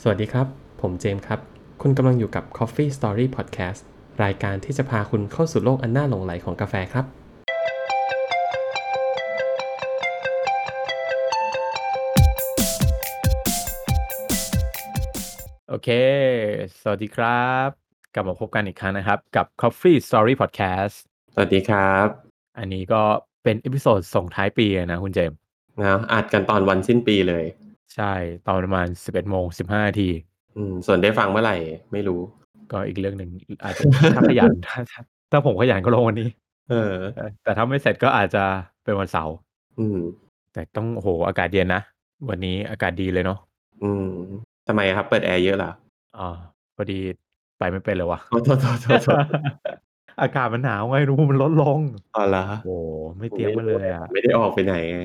สวัสดีครับ ผมเจมส์ครับ คุณกำลังอยู่กับ Coffee Story Podcast รายการที่จะพาคุณเข้าสู่โลกอันน่าหลงไหลของกาแฟครับ โอเค สวัสดีครับ กลับมาพบกันอีกครั้งนะครับ กับ Coffee Story Podcast สวัสดีครับ อันนี้ก็เป็นเอพิโซดส่งท้ายปีนะคุณเจมส์ นะอัดกันตอนวันสิ้นปีเลย ใช่ ตอนประมาณ 11โมง15นาที อืม ส่วนได้ฟังเมื่อไหร่ไม่รู้ ก็อีกเรื่องหนึ่งอาจจะ ถ้าขยัน ถ้าถ้าถ้าผมขยันก็ลงวันนี้ เออ เออแต่ถ้าไม่เสร็จก็อาจจะเป็นวันเสาร์ อืม แต่ต้องโอ้โหอากาศเย็นนะ วันนี้อากาศดีเลยเนาะ อืมทำไมครับ เปิดแอร์เยอะเหร อ อ่าพอดีไปไม่เป็นเลยว่ะ โอ้โทษโทษโทษโทษ อากาศมันหนาวไงรู้มันลดลง อ๋อเหรอ โอ้ไม่เตรียมมาเลยอ่ะ ไม่ได้ออกไปไหนไง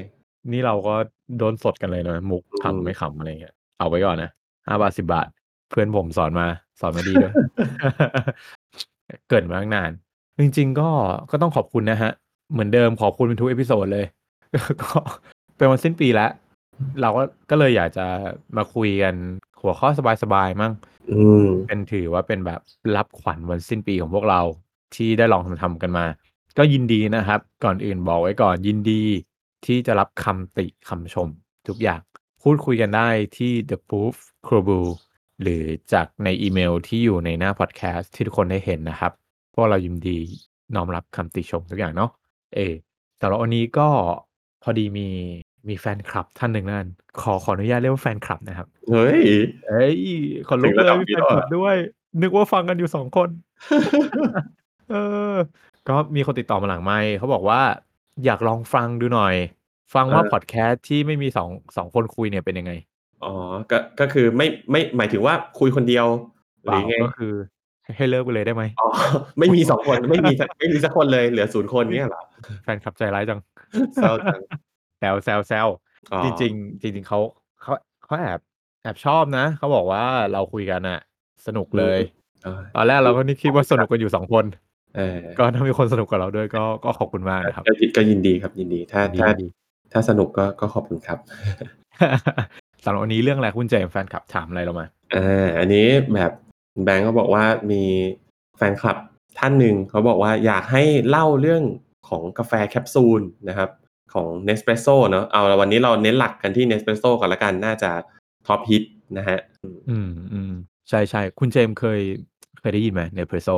นี่เราก็โดนสดกันเลยนะมุก อืม ขำไม่ขำอะไรเงี้ยเอาไว้ก่อนนะห้าบาทสิบาท เพื่อนผมสอนมา สอนมาดีด้วย เกริดมาตั้งนาน จริง ๆ ก็ก็ต้องขอบคุณนะฮะ เหมือนเดิมขอบคุณเป็นทุกเอพิโซดเลย ก็เป็นวันสิ้นปีแล้ว เราก็ก็เลยอยากจะมาคุยกันหัวข้อสบายๆมั่ง อืม เป็นถือว่าเป็นแบบรับขวัญวันสิ้นปีของพวกเราที่ได้ลองทำทำกันมา ก็ยินดีนะครับ ก่อนอื่นบอกไว้ก่อนยินดีที่จะรับคำติคำชม ทุกอย่างพูดคุยกันได้ที่ The Proof c r e w หรือจากในอีเมลที่อยู่ในหน้าพอดแคสต์ที่ทุกคนได้เห็นนะครับ พวกเรายินดีน้อมรับคำติชมทุกอย่างเนาะเออสำหรับวันนี้ก็พอดีมีมีแฟนคลับท่านหนึ่งนั่นขอขออนุญาตเรียกว่าแฟนคลับนะครับ เฮ้ย เอ้ยขอลุก ถึงระ เล ดั ย บ มี นี้ แฟ แล้วเหนครอ ลับด้วย นึกว่าฟังกันอยู่สอง คน เออ ก็มีคนติดต่อมาหลังไมค์เขาบอกว่า อยากลองฟังดูหน่อย ฟังว่าพอดแคสต์ที่ไม่มีสองสองคนคุยเนี่ยเป็นยังไง อ๋อ ก็ ก็คือไม่ ไม่ หมายถึงว่าคุยคนเดียว ห เป รื ล่า อไง ก็คือ ให้เลิกไปเลยได้ไหม อ๋ อ ไม่มีสองคน ไม่มีสักไม่มีสักคนเลย เหลือศูนย์คนเนี่ยเหรอ แฟนคลับใจร้ายจัง เศร้าจัง แซวแซวแซว อ๋อ จริง ๆ จริง ๆเขาเขาเขาแอบแอบชอบนะเขาบอกว่าเราคุยกันอะสนุกเลย เออ ตอนแรกเราก็นึกคิดว่าสนุกกันอยู่สองคน เออ ก็ถ้ามีคนสนุกกับเราด้วยก็ก็ขอบคุณมากนะครับ ก็ยินก็ยินดีครับ ยินดี ถ้า ถ้า ดี ถ้าสนุกก็ ก็ขอบคุณครับ สำหรับวันนี้เรื่องอะไรคุณเจมส์แฟนคลับถามอะไรเรามา อ่า อันนี้แบบแบงก์เขาบอกว่ามีแฟนคลับท่านหนึ่งเขาบอกว่าอยากให้เล่าเรื่องของกาแฟแคปซูลนะครับ ของ Nespresso เนอะเอาละวันนี้เราเน้นหลักกันที่ Nespresso ก่อนละกัน น่าจะท็อปฮิตนะฮะ อืมอืมใช่ใช่คุณเจมส์เคยเคยได้ยินไหมเนปเปโซ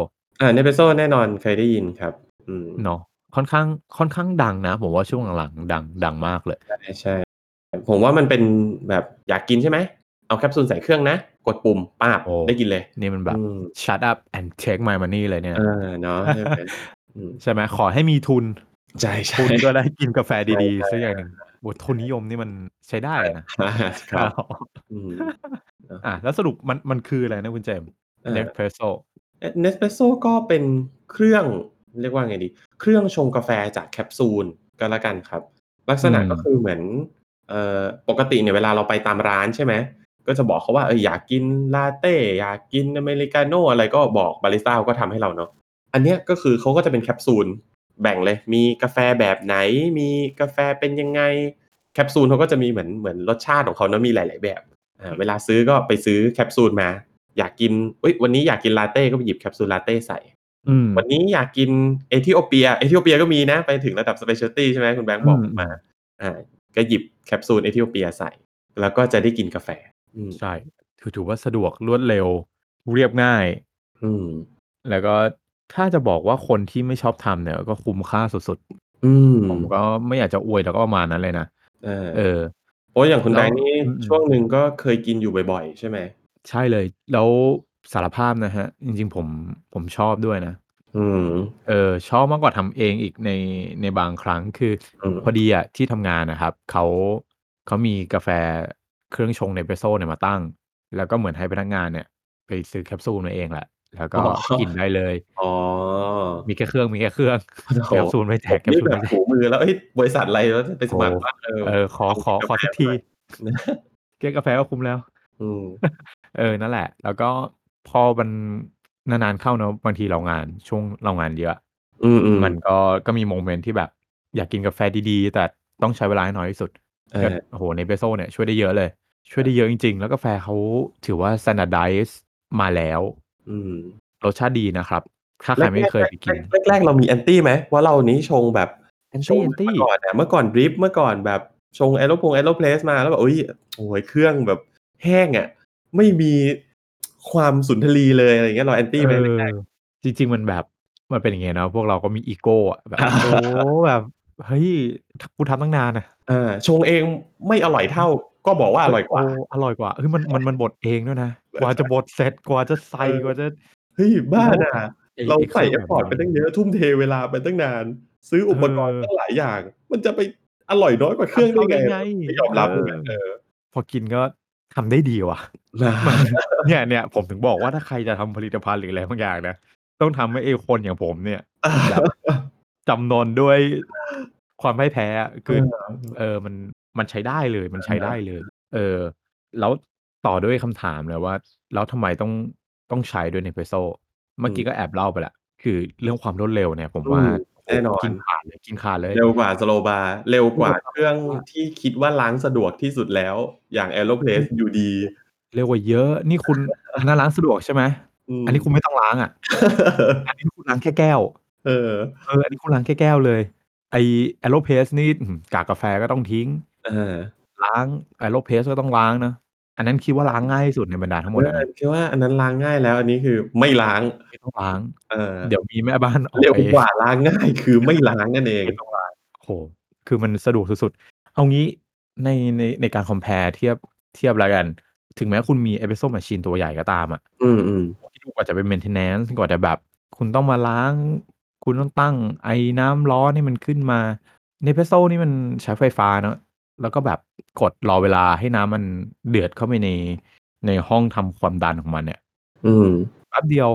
อ่า Nespresso แน่นอนเคยได้ยินครับ อืม เนาะค่อนข้างค่อนข้างดังนะ ผมว่าช่วงหลังๆดังดังมากเลย ใช่ใช่ ผมว่ามันเป็นแบบอยากกินใช่ไหม เอาแคปซูลใส่เครื่องนะ กดปุ่มป้าบ โอ้ ได้กินเลย นี่มันแบบ อืม shut up and take my money เลยเนี่ย เออเนาะใช่ไหม อืม ใช่ไหมขอให้มีทุน ใช่ใช่ ทุนก็ได้กินกาแฟดี ใช่ ๆสักอย่างหนึ่งโอ้ทุนนิยมนี่มันใช้ได้นะ ครับอืม อ่ะแล้วสรุปมันมันคืออะไรนะคุณเจมส์เนปเปโซ เนสเปรสโซ่อ Nespresso ก็เป็นเครื่องเรียกว่าไงดี เครื่องชงกาแฟจากแคปซูลก็แล้วกันครับ ลักษณะ อืม ก็คือเหมือนเอ่อปกติเนี่ยเวลาเราไปตามร้านใช่ไหม ก็จะบอกเขาว่าเอออยากกินลาเต้ อยากกินอเมริกาโน่อะไรก็บอกบาริสต้าก็ทำให้เราเนาะอันเนี้ยก็คือเขาก็จะเป็นแคปซูลแบ่งเลย มีกาแฟแบบไหน มีกาแฟเป็นยังไง แคปซูลเขาก็จะมีเหมือนเหมือนรสชาติของเขาเนาะมีหลาย ๆ แบบอ่าเวลาซื้อก็ไปซื้อแคปซูลมา อยากกินเอ้ยวันนี้อยากกินลาเต้ก็ไปหยิบแคปซูลลาเต้ใส่ อืม วันนี้อยากกินเอธิโอเปีย เอธิโอเปียก็มีนะ ไปถึงระดับสเปเชียลตี้ใช่ไหมคุณแบงค์บอก อืม มา อ่า ก็หยิบแคปซูลเอธิโอเปียใส่ แล้วก็จะได้กินกาแฟ อืม ใช่ถือถือว่าสะดวกรวดเร็วเรียบง่าย อืม แล้วก็ถ้าจะบอกว่าคนที่ไม่ชอบทำเนี่ย ก็คุ้มค่าสุด อืม ๆ ผมก็ไม่อยากจะอวยแต่ก็ประมาณนั้นเลยนะ เออ เออ โอ้ยอย่างคุณแบงค์นี่ อืม ช่วงหนึ่งก็เคยกินอยู่บ่อย ๆ ใช่ไหม ใช่เลย แล้วสารภาพนะฮะ จริงๆผมผมชอบด้วยนะ อืม เออชอบมากกว่าทำเองอีกในในบางครั้งคืออ ม พอดีอ่ะที่ทำงานนะครับเขาเขามีกาแฟเครื่องชงในเปโซ่เนี่ยมาตั้ง แล้วก็เหมือนให้พนักงานเนี่ย ไปซื้อแคปซูลมาเองแหละ แล้วก็กินได้เลย อ๋อ มีแค่เครื่องมีแค่เครื่องแคปซูลไม่แจกแคป นี่ ซูล แบบ ไม่แจ หู ก มือแล้วเอ้ยบริษัทอะไรแล้วไปสมัคร โอ้ บ้างเออ เออขอขอขอสักที นะ เกี๊ยวกาแฟก็คุ้มแล้ว อืม เออนั่นแหละ แล้วก็พอมันนานๆเข้าเนอะบางทีเรางานช่วงเรางานเยอะ อืมอืม มันก็ก็มีโมเมนต์ที่แบบ อยากกินกาแฟดีๆ แต่ต้องใช้เวลาให้น้อยที่สุด เอ ก็ อ โอ้โหในเปโซเนี่ยช่วยได้เยอะเลย ช่วยได้เยอะจริง ๆ แล้วกาแฟเขาถือว่า standardize มาแล้ว อืม รสชาติดีนะครับ ถ้าใครไม่เคยไปกิน แรกๆแรกๆเรามีแอนตี้ไหมว่าเรานี้ชงแบบ แอน ช ตี้ ง แอนตี้ เมื่อก่อนเนี่ยเมื่อก่อนดริฟเมื่อก่อนแบบชงแอโรพงแอโรเพลสมาแล้วแบบโอ้ยโอ้ยเครื่องแบบแห้งอ่ะไม่มีความสุนทรีเลยอะไรเงี้ยเราแอนตี้ไหม เออจริง ๆ มันแบบมันเป็นอย่างเงี้ยเนาะพวกเราก็มีอีโก้อะ แบบ โอ้แบบเฮ้ยกูทำตั้งนานอะ เออชงเองไม่อร่อยเท่า ก็ บอกว่าอร่อยกว่า โอร่อยกว่าเฮ้ยมันมันมันบดเองด้วยนะ กว่าจะบดเสร็จกว่าจะใส่ เออ กว่าจะ เฮ้ยบ้าน่ะ ไอ้ เรา ไค ใส่ ง เอฟฟอร์ตไป แบบ ตั้ นั้น งเยอะทุ่มเทเวลาไปตั้งนาน ซื้ออุปกรณ์ เออ ตั้งหลายอย่าง มันจะไปอร่อยน้อยกว่าเครื่องได้ไงไม่ยอมรับ เ เออ พอกินก็ทำได้ดีว่ะ นะ เนี่ยเนี่ยผมถึงบอกว่าถ้าใครจะทำผลิตภัณฑ์หรืออะไรบางอย่างนะต้องทำให้เอคนอย่างผมเนี่ยแบบจำนนด้วยความไม่ายแพ้อะคือเออมันมันใช้ได้เลยมันใช้ได้เลย เออ แล้วต่อด้วยคำถามเลยว่า แล้วทำไมต้องต้องใช้ด้วยในเพรสโซเมื่อกี้ก็แอบเล่าไปละคือเรื่องความรวดเร็วเนี่ยผมว่า แน่นอน กินขาดเลยกินขาดเลย เร็วกว่าสโลบาเร็วกว่า เร็วกว่า เครื่อง อ่ะ ที่คิดว่าล้างสะดวกที่สุดแล้วอย่างแอโรเพลสอยู่ดี เร็วกว่าเยอะนี่ คุณ อันนั้นล้างสะดวกใช่ไหม ม อันนี้คุณไม่ต้องล้างอ่ะ อันนี้คุณล้างแค่แก้ว เออ เอออันนี้คุณล้างแค่แก้วเลยไอแอโรเพสนี่อืมกากกาแฟก็ต้องทิ้ง เออ ล้างแอโรเพสก็ต้องล้างนะอันนั้นคิดว่าล้างง่ายที่สุดในบรรดาทั้งหมดอะนะ คิดว่าอันนั้นล้างง่ายแล้ว อันนี้คือไม่ล้าง ไม่ต้องล้าง เออ เดี๋ยวมีแม่บ้านอ อก เร็ว ไป กว่าล้างง่ายคือไม่ล้างนั่นเอง โอ้โหคือมันสะดวกสุดๆเอางี้ในในในการคอมเพลเทียบเทียบแล้วกัน ถึงแม้คุณมีเอเปโซมาชีนตัวใหญ่ก็ตามอ่ะ อืมอืม ที่ดูกว่าจะเป็น maintenance กว่าจะแบบ คุณต้องมาล้าง คุณต้องตั้งไอ้น้ำร้อนให้มันขึ้นมา ในเพรสโซนี่มันใช้ไฟฟ้าเนอะแล้วก็แบบกดรอเวลาให้น้ำมันเดือดเข้าไปในในห้องทำความดันของมันเนี่ย อืม แป๊บเดียว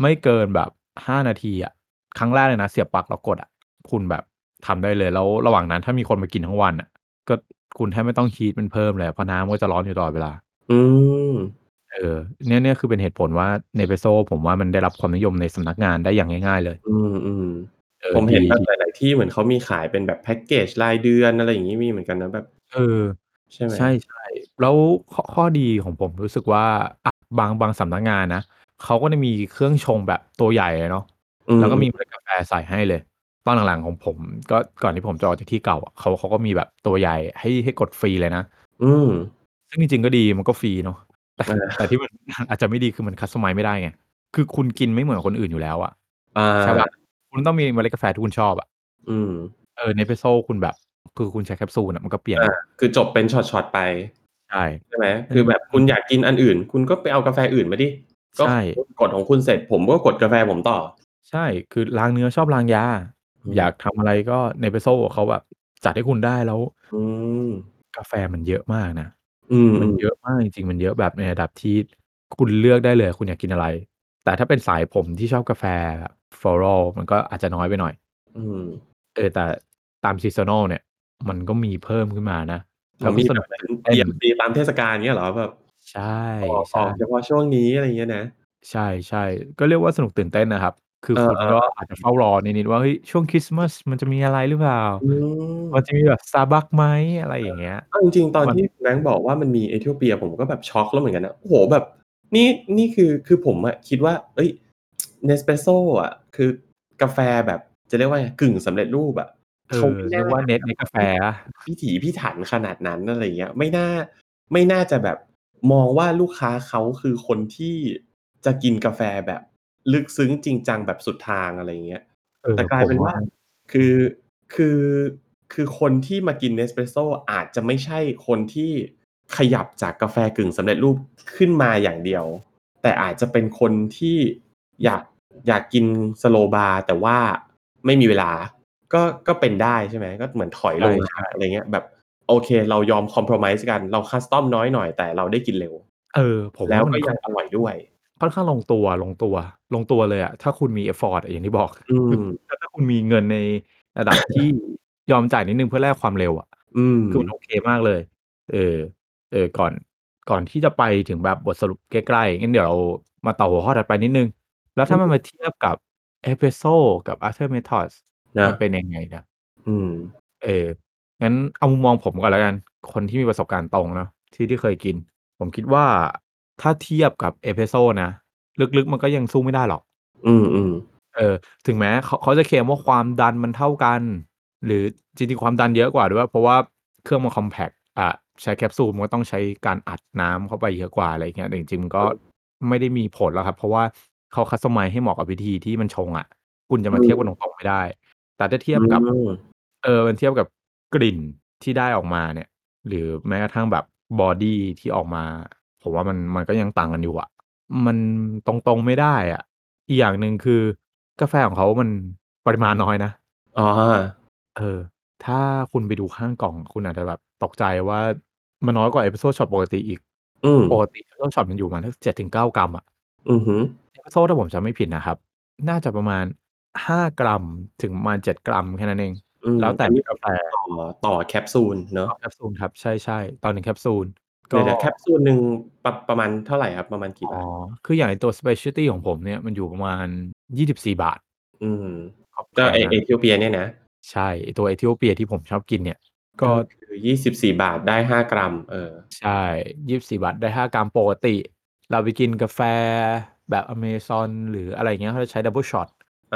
ไม่เกินแบบห้านาทีอะครั้งแรกเลยนะ เสียบปลั๊กแล้วกดอะคุณแบบทำได้เลยแล้วระหว่างนั้นถ้ามีคนมากินทั้งวันอะก็คุณแทบไม่ต้องฮีทมันเพิ่มเลยเพราะน้ำก็จะร้อนอยู่ตลอดเวลา อืม เออเนี่ยเนี่ยคือเป็นเหตุผลว่าเนเปโซผมว่ามันได้รับความนิยมในสำนักงานได้อย่างง่ายๆเลย อืมอืม ออ ผมเห็น ดี แบบหลายๆที่เหมือนเขามีขายเป็นแบบแพ็กเกจรายเดือนอะไรอย่างนี้มีเหมือนกันนะแบบ เออ ใช่ไหม ใช่ใช่แล้วข้อข้อดีของผมรู้สึกว่าอ่ะบางบางสำนักงานนะเขาก็จะมีเครื่องชงแบบตัวใหญ่เลยเนาะ อื แล้วก็มีเมล็ดกาแฟใส่ให้เลย ตอนหลังๆของผม ก็ก่อนที่ผมจะออกจากที่เก่าอะเขาเขาก็มีแบบตัวใหญ่ให้ให้กดฟรีเลยนะ อืม ซึ่งจริงๆก็ดีมันก็ฟรีเนาะแต่ เออ แต่ที่มัน อาจจะไม่ดีคือมันคัสตอมไมไม่ได้ไงคือคุณกินไม่เหมือนคนอื่นอยู่แล้วอะ อ่า ใช่ป่ะคุณต้องมีเมล็ดกาแฟที่คุณชอบอ่ะ อืม เออ ในเพรสโซคุณแบบ คือคุณใช้แคปซูลอ่ะ มันก็เปลี่ยน อ่า คือจบเป็นช็อตๆไป ใช่ ใช่ไหมคือแบบคุณอยากกินอันอื่น คุณก็ไปเอากาแฟอื่นมาดิ ก็ ใช่ กดของคุณเสร็จผมก็กดกาแฟผมต่อ ใช่ คือล้างเนื้อชอบล้างยา ม อยากทำอะไรก็ในเพรสโซเขาแบบ จัดให้คุณได้แล้ว อืม กาแฟมันเยอะมากนะ อืม มันเยอะมากจริงๆ มันเยอะแบบในระดับที่คุณเลือกได้เลย คุณอยากกินอะไร แต่ถ้าเป็นสายผมที่ชอบกาแฟฟลอรัลมันก็อาจจะน้อยไปหน่อย อืม เออ แต่ตามซีซันอลเนี่ย มันก็มีเพิ่มขึ้นมานะ แล้วก็ มี ส แบ นุ บ ก เป็นเตรียมตีตามเทศกาลเงี้ยเหรอแบบ ใช่ ออกอ ใช่ อกเฉพาะช่วงนี้อะไรเงี้ยนะ ใช่ใช่ก็เรียกว่าสนุกตื่นเต้นนะครับ คือ เออ คุณ เออ ก็อาจจะเฝ้ารอนิดๆว่าเฮ้ยช่วงคริสต์มาสมันจะมีอะไรหรือเปล่า อืม มันจะมีแบบซาบักไหมอะไรอย่างเงี้ย เอาจริงๆตอน มัน ที่แบงค์บอกว่ามันมีเอธิโอเปียผมก็แบบช็อกแล้วเหมือนกันนะโอ้โหแบบ นี่นี่คือคือผมอะคิดว่า เอ้ยเนสเปรสโซ่อะคือกาแฟแบบจะเรียกว่าไงกึ่งสำเร็จรูปอะ เอ เขา อ ไม่ เรียก น่า ว่าเน็ตในกาแฟอะ พิถีพิถันขนาดนั้นอะไรเงี้ย ไม่น่าไม่น่าจะแบบมองว่าลูกค้าเขาคือคนที่จะกินกาแฟแบบ ลึกซึ้งจริงจังแบบสุดทางอะไรเงี้ย เออ แต่กลาย ผม เป็นว่า ว่า คือคือคือคนที่มากินเนสเปรสโซอาจจะไม่ใช่คนที่ขยับจากกาแฟกึ่งสำเร็จรูปขึ้นมาอย่างเดียว แต่อาจจะเป็นคนที่อยากอยากกินสโลบาร์แต่ว่าไม่มีเวลา ก็ก็เป็นได้ใช่ไหมก็เหมือนถอยลงมาอะไรเงี้ยแบบโอเค เรายอมคอม p r o m i s e กันเราคัสตอมน้อยหน่อยแต่เราได้กินเร็ว เออ ผม แล้ว ว่ามัน ก็ยังอร่อยด้วย ค่อนข้างลงตัวลงตัว ลงตัวเลยอะถ้าคุณมีเอฟฟอร์ตอย่างที่บอก อืม ถ้าถ้าคุณมีเงินในระดับที่ ยอมจ่ายนิดนึงเพื่อแลกความเร็วอะ อืม คือมันโอเคมากเลย เออ เออ ก่อน ก่อนที่จะไปถึงแบบบทสรุปใกล้ๆ งั้นเดี๋ยวเรามาต่อหัวข้อถัดไปนิดนึง แล้วถ้ามันมาเทียบกับเอสเปรสโซกับอั t เ e r m e t h o d s นะ มันเป็นยังไงนะ อืม เออ งั้นเอามุมมองผมก่อนแล้วกัน คนที่มีประสบการณ์ตรงเนาะ ที่ที่เคยกิน ผมคิดว่าถ้าเทียบกับเอสเพรสโซ่นะ ลึกๆมันก็ยังสู้ไม่ได้หรอก อืมอืม เออถึงแม้เขาเขาจะเคลมว่าความดันมันเท่ากัน หรือจริงๆความดันเยอะกว่าด้วย เพราะว่าเครื่องมันคอมแพกอ่ะใช้แคปซูลมันก็ต้องใช้การอัดน้ำเข้าไปเยอะกว่าอะไรอย่างเงี้ยแต่จริงๆมันก็ไม่ได้มีผลแล้วครับ เพราะว่าเขาคัสตอมไมซ์ให้เหมาะกับวิธีที่มันชงอ่ะ คุณจะมาเทียบกันตรงๆไม่ได้ แต่ถ้าเทียบกับ อืม เออมันเทียบกับกลิ่นที่ได้ออกมาเนี่ย หรือแม้กระทั่งแบบบอดี้ที่ออกมา ผมว่ามันมันก็ยังต่างกันอยู่อะมันตรงๆไม่ได้อะอีกอย่างหนึ่งคือกาแฟของเขามันปริมาณน้อยนะ อ๋อ เออ ถ้าคุณไปดูข้างกล่อง คุณอาจจะแบบตกใจว่ามันน้อยกว่าเอพิโซดช็อตปกติอีก อืม ปกติเอพิโซดช็อตมันอยู่ประมาเจ็ดถึงเก้ากรัมอะ อือหือ เอสเปรสโซ่ถ้าผมจำไม่ผิดนะครับ น่าจะประมาณห้ากรัมถึงประมาณเจ็ดกรัมแค่นั้นเอง อืม แล้วแต่ อันนี้ กาแฟ ต่อต่อแคปซูลเนาะ เอาแคปซูลครับ ใช่ใช่ตอนหนึ่งแคปซูล ก็ เดี๋ยวเดี๋ยวแคปซูลหนึ่งประประมาณเท่าไหร่ครับ ประมาณอ๋อบกี่าท คืออย่างไอ้ตัวสเปเชียลตี้ของผมเนี่ย มันอยู่ประมาณยี่สิบสี่บาท อืม ครับ ก็เอ แพงนะ เอธิโอเปียเนี่ยนะ ใช่ไอ้ตัวเอธิโอเปียที่ผมชอบกินเนี่ย ก็ คือยี่สิบสี่บาทได้ห้ากรัม เออ ใช่ยี่สิบสี่บาทได้ห้ากรัมปกติ เราไปกินกาแฟแบบอเมซอนหรืออะไรเงี้ยเขาจะใช้ดับเบิลช็อต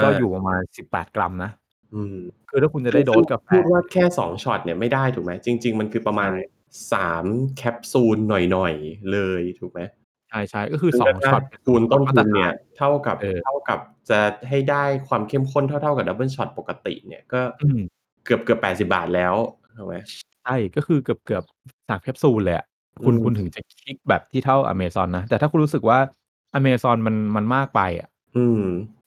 ก็ อ่า อยู่ประมาณสิบแปดกรัมนะ อืม คือถ้าคุณจะได้โดสกาแฟ พูดว่าแค่สองช็อตเนี่ยไม่ได้ถูกไหมจริง ๆ มันคือประมาณ ใช่ สามแคปซูลหน่อยๆเลยถูกไหม ใช่ใช่ก็คือ ซึ่ สอง ถ้า ช็อต คูณต้นทุนเนี่ย มาตรฐา เท่ากับ เออ เท่ากับจะให้ได้ความเข้มข้นเท่าๆกับดับเบิลช็อตปกติเนี่ยก็ อืม เกือบเกือบแปดสิบาทแล้วถูกไหม ใช่ก็คือเกือบเกือบสามแคปซูลเลยอะคุณ อืม คุณถึงจะคลิกแบบที่เท่าอเมซอนนะ แต่ถ้าคุณรู้สึกว่าอเมซอนมันมันมากไปอ่ะ อืม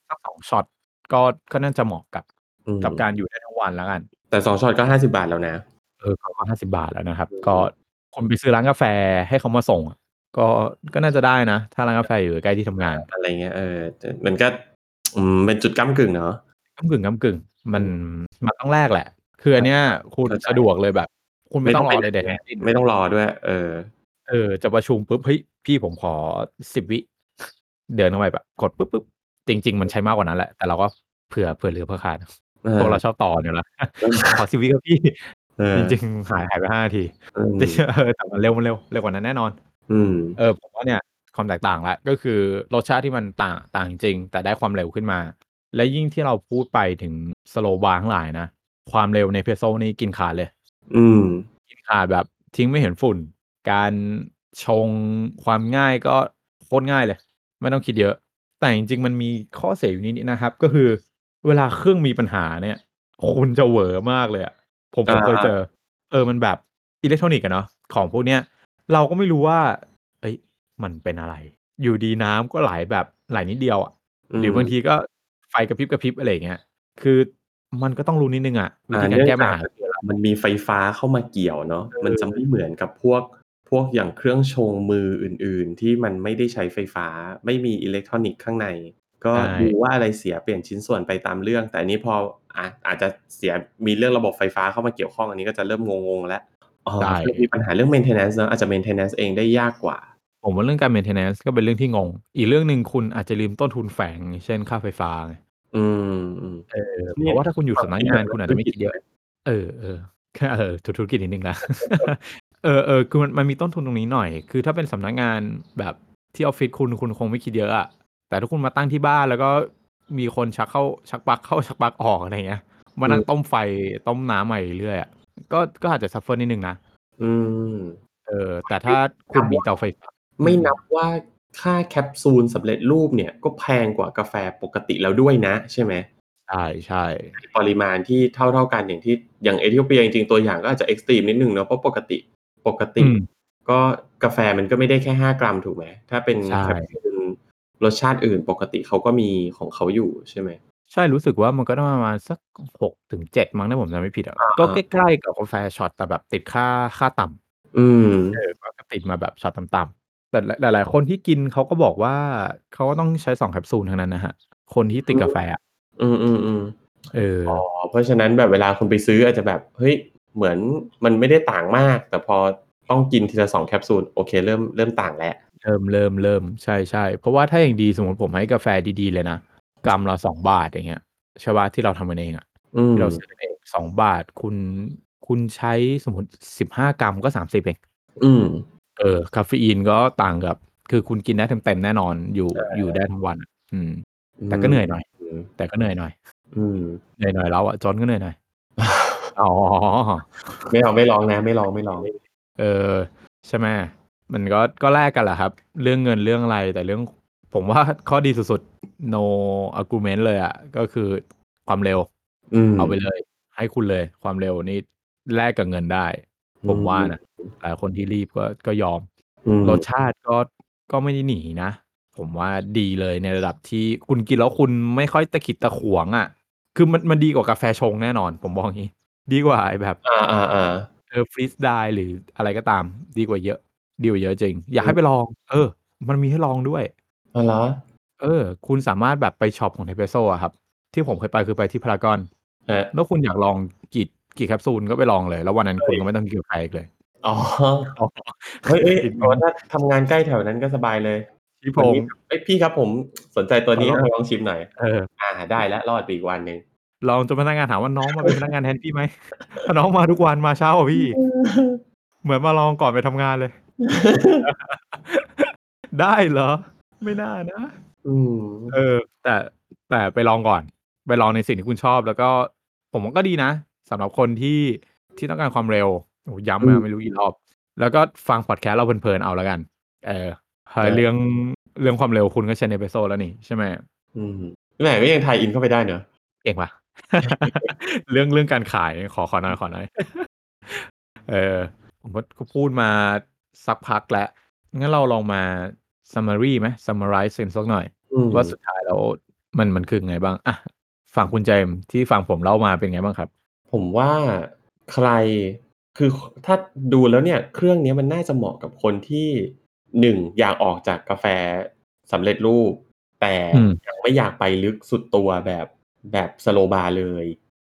สักสองช็อตก็ก็น่าจะเหมาะกับ อืม กับการอยู่ได้ทั้งวันแล้วกัน แต่สองช็อตก็ห้าสิบาทแล้วนะ เออเขาก็ห้าสิบาทแล้วนะครับ อืม ก็คนไปซื้อร้านกาแฟให้เขามาส่งอะก็ก็น่าจะได้นะ ถ้าร้านกาแฟอยู่ใกล้ที่ทำงาน อะไรเงี้ยเออมันก็อืมเป็นจุดก้ากึ่งเนาะ ก้ากึ่งก้ากึ่ง มันมันต้องแลกแหละ คืออันเนี้ยคุณ เข้าใจ สะดวกเลยแบบ คุณไม่ต้องรอ ป ใด ไหน ๆทั้งสิ้น ไม่ต้องรอด้วย เออ เออจะประชุมปุ๊บเฮ้ยพี่ผมขอสิบวิ เดินเข้าไปแบบกดปุ๊บปุ๊บจริง ๆ มันใช้มากกว่านั้นแหละ แต่เราก็เผื่อเผื่อเหลือเพื่อขาด เออ พวกเราชอบต่อเนี่ยละ ขอสิบวิครับพี่ เออ จริงๆหายหายไปห้านาที อืม จริงๆเอ อแต่มันเร็วมันเร็วเร็วกว่านั้นแน่นอน อืม เออผมว่าเนี่ยความแตกต่างละก็คือรสชาติที่มันต่างต่างจริง แต่ได้ความเร็วขึ้นมา และยิ่งที่เราพูดไปถึงสโลบาร์ทั้งหลายนะ ความเร็วในเพรสโซนี่กินขาดเลย อืม กินขาดแบบทิ้งไม่เห็นฝุ่น การชงความง่ายก็โคตรง่ายเลย ไม่ต้องคิดเยอะ แต่จริงๆ มันมีข้อเสียอยู่นิดๆนะครับ ก็คือเวลาเครื่องมีปัญหาเนี่ย คุณจะเหวอมากเลยอะผมผม อ่า เคยเจอ เออมันแบบอิเล็กทรอนิกส์อะเนาะของพวกเนี้ย เราก็ไม่รู้ว่า เอ้ยมันเป็นอะไร อยู่ดีน้ำก็ไหลแบบไหลนิดเดียวอะหรือบางทีก็ไฟกระพริบกระพริบอะไรอย่างเงี้ยคือมันก็ต้องรู้นิดนึงอะวิ อ่า ธีการ เนื่อง แก้ปัญ จาก หา มันมีไฟฟ้าเข้ามาเกี่ยวเนาะ เออ มันจะไม่เหมือนกับพวกพวกอย่างเครื่องชงมืออื่น ๆ ที่มันไม่ได้ใช้ไฟฟ้า ไม่มีอิเล็กทรอนิกส์ข้างใน ก็ ใช่ ดูว่าอะไรเสียเปลี่ยนชิ้นส่วนไปตามเรื่อง แต่อันนี้พออ่ะอาจจะเสียมีเรื่องระบบไฟฟ้าเข้ามาเกี่ยวข้องอันนี้ก็จะเริ่มงงๆแล้วอ๋อ ใช่ คือมีปัญหาเรื่อง maintenance เนอะอาจจะ maintenance เองได้ยากกว่า ผมว่าเรื่องการ maintenance ก็เป็นเรื่องที่งง อีกเรื่องหนึ่งคุณอาจจะลืมต้นทุนแฝง เช่นค่าไฟฟ้าไง อืมอืม เออ เนี่ เพ ย ราะว่าถ้าคุณอยู่สำนักงานคุณอาจจะไม่คิดเยอะ เออเอ อเออถูกธุรกิจนิดนึงนะ เออเออคือมันมันมีต้นทุนตรงนี้หน่อย คือถ้าเป็นสำนักงานแบบที่ออฟฟิศคุณคุณคงไม่คิดเยอะอะแต่ถ้าคุณมาตั้งที่บ้านแล้วก็มีคนชักเข้าชักปลั๊กเข้า ชักปลั๊กออกอะไรเงี้ยมานั่งต้มไฟต้มน้ำใหม่เรื่อยอะก็ก็อาจจะซัฟเฟอร์นิดนึงนะ อืม เออ แต่ถ้าคุณมีเตาไฟฟ้า ไม่นับว่าค่าแคปซูลสำเร็จรูปเนี่ยก็แพงกว่ากาแฟปกติแล้วด้วยนะ ใช่ไหม ใช่ใช่ ปริมาณที่เท่าเท่าๆกันอย่างที่อย่างเอธิโอเปียจริงๆตัวอย่างก็อาจจะเอ็กซ์ตรีมนิดนึงเนาะเพราะปกติปกติ อืม ก็กาแฟมันก็ไม่ได้แค่ 5 กรัมถูกไหมถ้าเป็น ใช่ แคปซูลรสชาติอื่นปกติเขาก็มีของเขาอยู่ใช่ไหม ใช่รู้สึกว่ามันก็ต้องประมาณสักหกถึงเจ็ดมั้งถ้าผมจำไม่ผิดอ่ะก็ใกล้ๆกับกาแฟช็อตแต่แบบติดค่าค่าต่ำ อืม เออก็ติดมาแบบช็อตต่ำๆแต่หลายๆคนที่กินเขาก็บอกว่าเขาก็ต้องใช้สองแคปซูลทั้งนั้นนะฮะ คนที่ติดกาแฟอะ อืมอืมอืม เออ อ๋อเพราะฉะนั้นแบบเวลาคุณไปซื้ออาจจะแบบเฮ้ยเหมือนมันไม่ได้ต่างมาก แต่พอต้องกินทีละสองแคปซูลโอเคเริ่มเริ่มต่างแล้ว เริ่มเริ่มเริ่มใช่ใช่เพราะว่าถ้าอย่างดีสมมติผมให้กาแฟดีๆเลยนะกรัมละสองบาทอย่างเงี้ยใช่ป่ะที่เราทำกันเองอ่ะ อืม ที่เราซื้อกันเองสองบาทคุณคุณใช้สมมติสิบห้ากรัมก็สามสิบเอง อืม เออคาเฟอีนก็ต่างกับ คือคุณกินได้เต็มๆแน่นอนอยู่ ใช่ อยู่ได้ทั้งวันอะอืม แต่ก็เหนื่อยหน่อย อืม แต่ก็เหนื่อยหน่อย อืม เหนื่อยหน่อยแล้วอ่ะจอนก็เหนื่อยหน่อยอ๋อ ไม่เอาไม่ลองนะ ไม่ลองไม่ลอง เออใช่ไหมมันก็ก็แลกกันแหละครับ เรื่องเงินเรื่องอะไรแต่เรื่องผมว่า ข้อดีสุดๆ no argument เลยอะ่ะ ก็คือความเร็ว อืม เอาไปเลย ให้คุณเลยความเร็วนี่แลกกับเงินได้ ผมว่านะหลายคนที่รีบก็ก็ยอม อืม รสชาติก็ก็ไม่ได้หนีนะ ผมว่าดีเลยในระดับที่คุณกินแล้วคุณไม่ค่อยตะขิดตะขวงอะ่ะ คือมันมันดีกว่ากาแฟชงแน่นอน ผมบอกงี้ ดีกว่าไอ้แบบ อ่าอ่าอ่า เออฟรีสไดหรืออะไรก็ตาม ดีกว่าเยอะ ดีกว่าเยอะจริง อยากให้ไปลอง เออ มันมีให้ลองด้วย อ๋อเหรอ เออ คุณสามารถแบบไปช็อปของเทเปโซอะครับ ที่ผมเคยไปคือไปที่พารากอน ฮะ แล้วคุณอยากลองกี่กี่แคปซูลก็ไปลองเลย แล้ววันนั้นคุณก็ไม่ต้องกินกับใครอีกเลย อ๋อเฮ้ยเอ้ย เอาถ้าทำงานใกล้แถวนั้นก็สบายเลย พี่พ วัน ง นี้ ศ์ เอ้ยพี่ครับผมสนใจตัวนี้ ขอลอง เอาลองชิมหน่อย เออ อ่าได้แล้วรอดไปอีกวันหนึ่ง ลองจนพนักงานถามว่าน้องมาเป็นพนักงานแทนพี่ไหม ถ้าน้องมาทุกวันมาเช้าอะพี่ เหมือนมาลองก่อนไปทำงานเลย ได้เหรอ ไม่น่านะ อืม เออแต่แต่ไปลองก่อน ไปลองในสิ่งที่คุณชอบแล้วก็ผมว่าก็ดีนะสำหรับคนที่ที่ต้องการความเร็วโอ้ย้ำมาไม่รู้กี่รอบ แล้วก็ฟังพอดแคสต์เราเพลินๆเอาแล้วกัน เออเฮ้ยเรื่องเรื่องความเร็วคุณก็ใช้ในเปโซแล้วนี่ใช่ไหม อืมแหมก็ยังไทยอินเข้าไปได้เนอะ เก่งปะ เรื่องเรื่องการขายขอขอหน่อยขอหน่อย เออผมก็ก็พูดมาสักพักแล้วงั้นเราลองมา summary ไหม summarize กันสักหน่อย อืม ว่าสุดท้ายแล้วมันมันคือไงบ้างอ่ะฝั่งคุณเจมส์ที่ฝั่งผมเล่ามาเป็นไงบ้างครับ ผมว่าใครคือถ้าดูแล้วเนี่ย เครื่องเนี้ยมันน่าจะเหมาะกับคนที่หนึ่งอยากออกจากกาแฟสำเร็จรูป แต่ อืม ยังไม่อยากไปลึกสุดตัวแบบแบบสโลบาร์เลย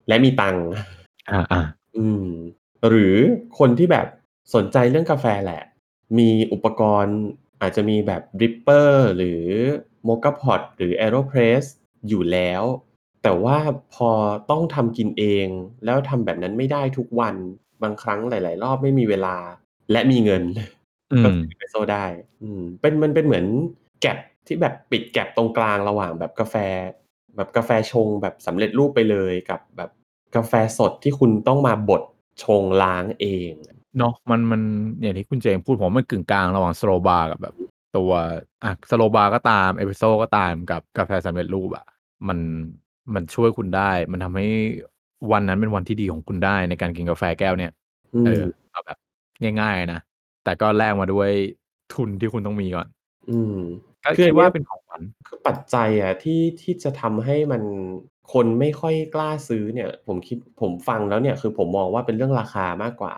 และมีตังค์ อ่าอ่า อืมหรือคนที่แบบสนใจเรื่องกาแฟแหละ มีอุปกรณ์อาจจะมีแบบดริปเปอร์หรือโมกาพอตหรือแอโรเพรสอยู่แล้ว แต่ว่าพอต้องทำกินเอง แล้วทำแบบนั้นไม่ได้ทุกวันบางครั้งหลาย ๆ รอบไม่มีเวลาและมีเงิน อื ก็ ม ซื้อเอสเปรสโซได้ อืม เป็นมันเป็นเหมือนแกลบที่แบบปิดแกลบตรงกลางระหว่างแบบกาแฟ แบบกาแฟชงแบบสำเร็จรูปไปเลยกับแบบกาแฟสดที่คุณต้องมาบดชงล้างเอง เนาะมันมันอย่างที่คุณเจมส์พูดผมว่ามันกึ่งกลางระหว่างสโลบาร์กับแบบ ตัวอ่ะสโลบาร์ก็ตามเอพิโซก็ตามกับกาแฟสำเร็จรูปอ่ะมันมันช่วยคุณได้ มันทำให้วันนั้นเป็นวันที่ดีของคุณได้ในการกินกาแฟแก้วเนี่ย อื เอ ม อเอาแบบง่ายๆนะ แต่ก็แลกมาด้วยทุนที่คุณต้องมีก่อน อืม ก็ คืออันเนี้ยคิดว่าเป็นของขวัญ คือปัจจัยอ่ะที่ที่จะทำให้มันคนไม่ค่อยกล้าซื้อเนี่ย ผมคิดผมฟังแล้วเนี่ยคือผมมองว่าเป็นเรื่องราคามากกว่า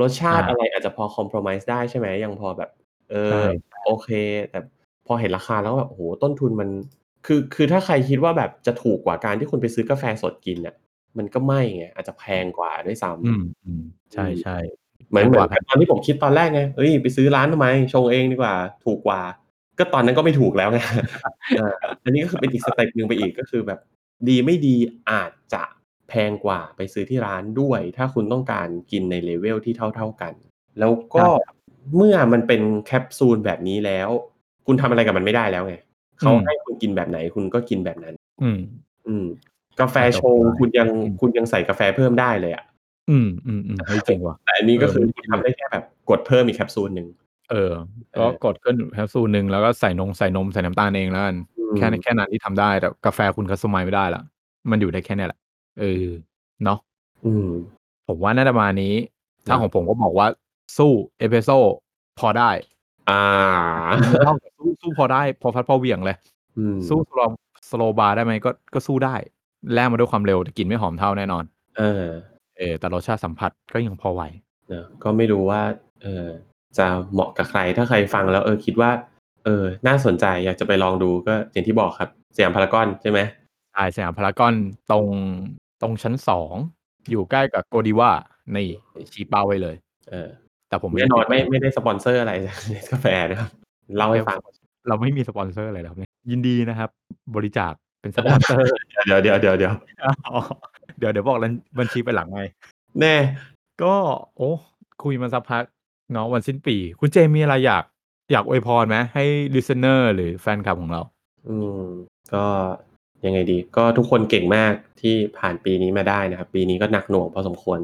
รสชาติอะไรอาจจะพอคอม p r o m i s e ได้ใช่ไหมยังพอแบบ เอ ใช่ อ โอเค แต่พอเห็นราคาแล้วแบบโอ้โหต้นทุนมัน คือคือถ้าใครคิดว่าแบบจะถูกกว่าการที่คุณไปซื้อกาแฟสดกินอ่ะมันก็ไม่ไงอาจจะแพงกว่าด้วยซ้ อืมอืมใช่ใช่ ำเหมือนเหมือน แพงกว่าแพง ตอนที่ผมคิดตอนแรกไงเอ้ยไปซื้อร้านทำไมชงเองดีกว่า ถูกกว่า ก็ตอนนั้นก็ไม่ถูกแล้วไง อ่าอันนี้ก็คือเป็นอีกสเต็ปหนึ่งไปอีกก็คือแบบ ดีไม่ดีอาจจะแพงกว่าไปซื้อที่ร้านด้วย ถ้าคุณต้องการกินในเลเวลที่เท่า ๆกัน แล้วก็เมื่อมันเป็นแคปซูลแบบนี้แล้ว คุณทำอะไรกับมันไม่ได้แล้วไงเขา อืม ให้คุณกินแบบไหนคุณก็กินแบบนั้น อืม อืม กาแฟชง อาจจะ คุณยัง อืม คุณยังใส่กาแฟเพิ่มได้เลยอะ อืมอืมอืมเฮ้ยจริงว่ะ แต่อันนี้ก็ เออ คือคุณทำได้แค่แบบกดเพิ่มอีกแคปซูลหนึ่ง เออ เอ ก็ อก ดขึ้นแคปซูลหนึ่งแล้วก็ใส่นงใส่นมใส่น้ำตาลเองแล้วกัน อืม แค่นั้นแค่นั้นที่ทำได้แต่กาแฟคุณคัสตอมไมซ์ไม่ได้ละมันอยู่ได้แค่เนี้ยแหละเออเนาะ อืม ผมว่าน่าจะประมาณนี้ ถ้า นะ ของผมก็บอกว่าสู้เอเปโซพอได้ อ่า สู้สู้พอได้ พอฟัดพอเหวี่ยงเลย อืม สู้สโลสโลบาร์ได้ไหมก็ก็สู้ได้ แลกมาด้วยความเร็วแต่กลิ่นไม่หอมเท่าแน่นอน เออ เออแต่รสชาติสัมผัสก็ยังพอไหว เนอะก็ไม่รู้ว่าเออจะเหมาะกับใครถ้าใครฟังแล้วเออคิดว่าเออน่าสนใจอยากจะไปลองดูก็อย่างที่บอกครับสยามพารากอนใช่ไหม ใช่สยามพารากอนตรงตรงชั้นสองอยู่ใกล้กับโกดีว่านี่ชี้เป้าไว้เลย เออ แต่ผม แน่นอน ด้ ไม่ ติด ไม่ได้สปอนเซอร์ อะไรจาก Nescafe กาแฟนะครับเล่าให้ฟัง เราไม่มีสปอนเซอร์อะไรเลยครับเนี่ยยินดีนะครับ บริจาค เป็นสปอนเซอร์ เดี๋ยวเดี๋ยวเดี๋ยวเดี๋ยว เดี๋ยวเดี๋ยวบอกบัญชีไปหลังไง แน่ ก็ โอ้คุยมาสักพัก เนาะวันสิ้นปี คุณเจมีอะไรอยากอยากอวยพรไหมให้ลิสเนอร์หรือแฟนคลับของเรา อืมก็ยังไงดี ก็ทุกคนเก่งมากที่ผ่านปีนี้มาได้นะครับ ปีนี้ก็หนักหน่วงพอสมควร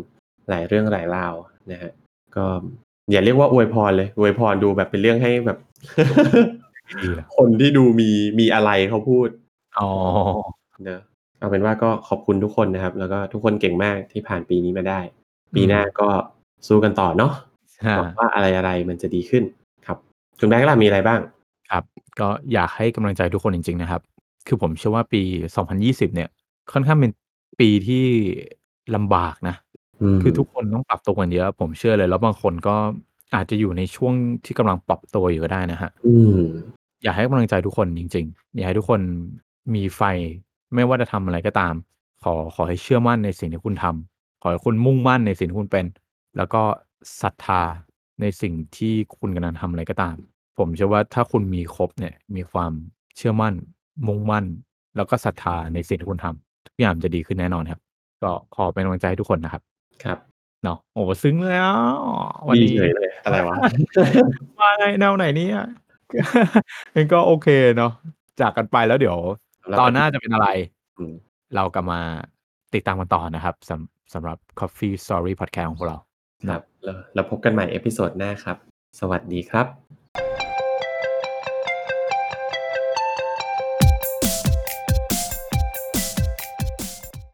หลายเรื่องหลายราวนะฮะก็อย่าเรียกว่าอวยพรเลยอวยพรดูแบบเป็นเรื่องให้ แบบ ดีนะ คนที่ดูมีมีอะไรเขาพูด อ๋อ เนอะเอาเป็นว่าก็ขอบคุณทุกคนนะครับ แล้วก็ทุกคนเก่งมากที่ผ่านปีนี้มาได้ ปีหน้าก็สู้กันต่อเนาะหวังว่าอะไรอะไรมันจะดีขึ้นครับคุณแบงค์ล่ะมีอะไรบ้าง ก็อยากให้กำลังใจทุกคนจริง ๆ นะครับ คือผมเชื่อว่าปี 2020 เนี่ย ค่อนข้างเป็นปีที่ลำบากนะ คือทุกคนต้องปรับตัวกันเยอะ ผมเชื่อเลย แล้วบางคนก็อาจจะอยู่ในช่วงที่กำลังปรับตัวอยู่ก็ได้นะฮะ อืม อยากให้กำลังใจทุกคนจริง ๆ อยากให้ทุกคนมีไฟ ไม่ว่าจะทำอะไรก็ตาม ขอขอให้เชื่อมั่นในสิ่งที่คุณทำขอให้คุณมุ่งมั่นในสิ่งที่คุณเป็น แล้วก็ศรัทธาในสิ่งที่คุณกำลังทำอะไรก็ตาม ผมเชื่อว่าถ้าคุณมีครบเนี่ยมีความเชื่อมั่น มุ่งมั่น แล้วก็ศรัทธาในสิ่งที่คุณทำทุกอย่างจะดีขึ้นแน่นอนครับ ก็ขอเป็นกำลังใจให้ทุกคนนะครับ ครับ เนาะโอ้ซึ้งแล้ววัน ดี นี้ เฉยเลยอะไรวะ มาไงแนวไหนเนี่ย งั้นก็โอเคเนาะจากกันไปแล้วเดี๋ยว ตอนหน้าจะเป็นอะไร อืม เรากลับมาติดตามกันต่อนะครับสำสำหรับ Coffee Story Podcast ของพวกเรา ครับแล้วแล้วพบกันใหม่เอพิโซดหน้าครับ สวัสดีครับ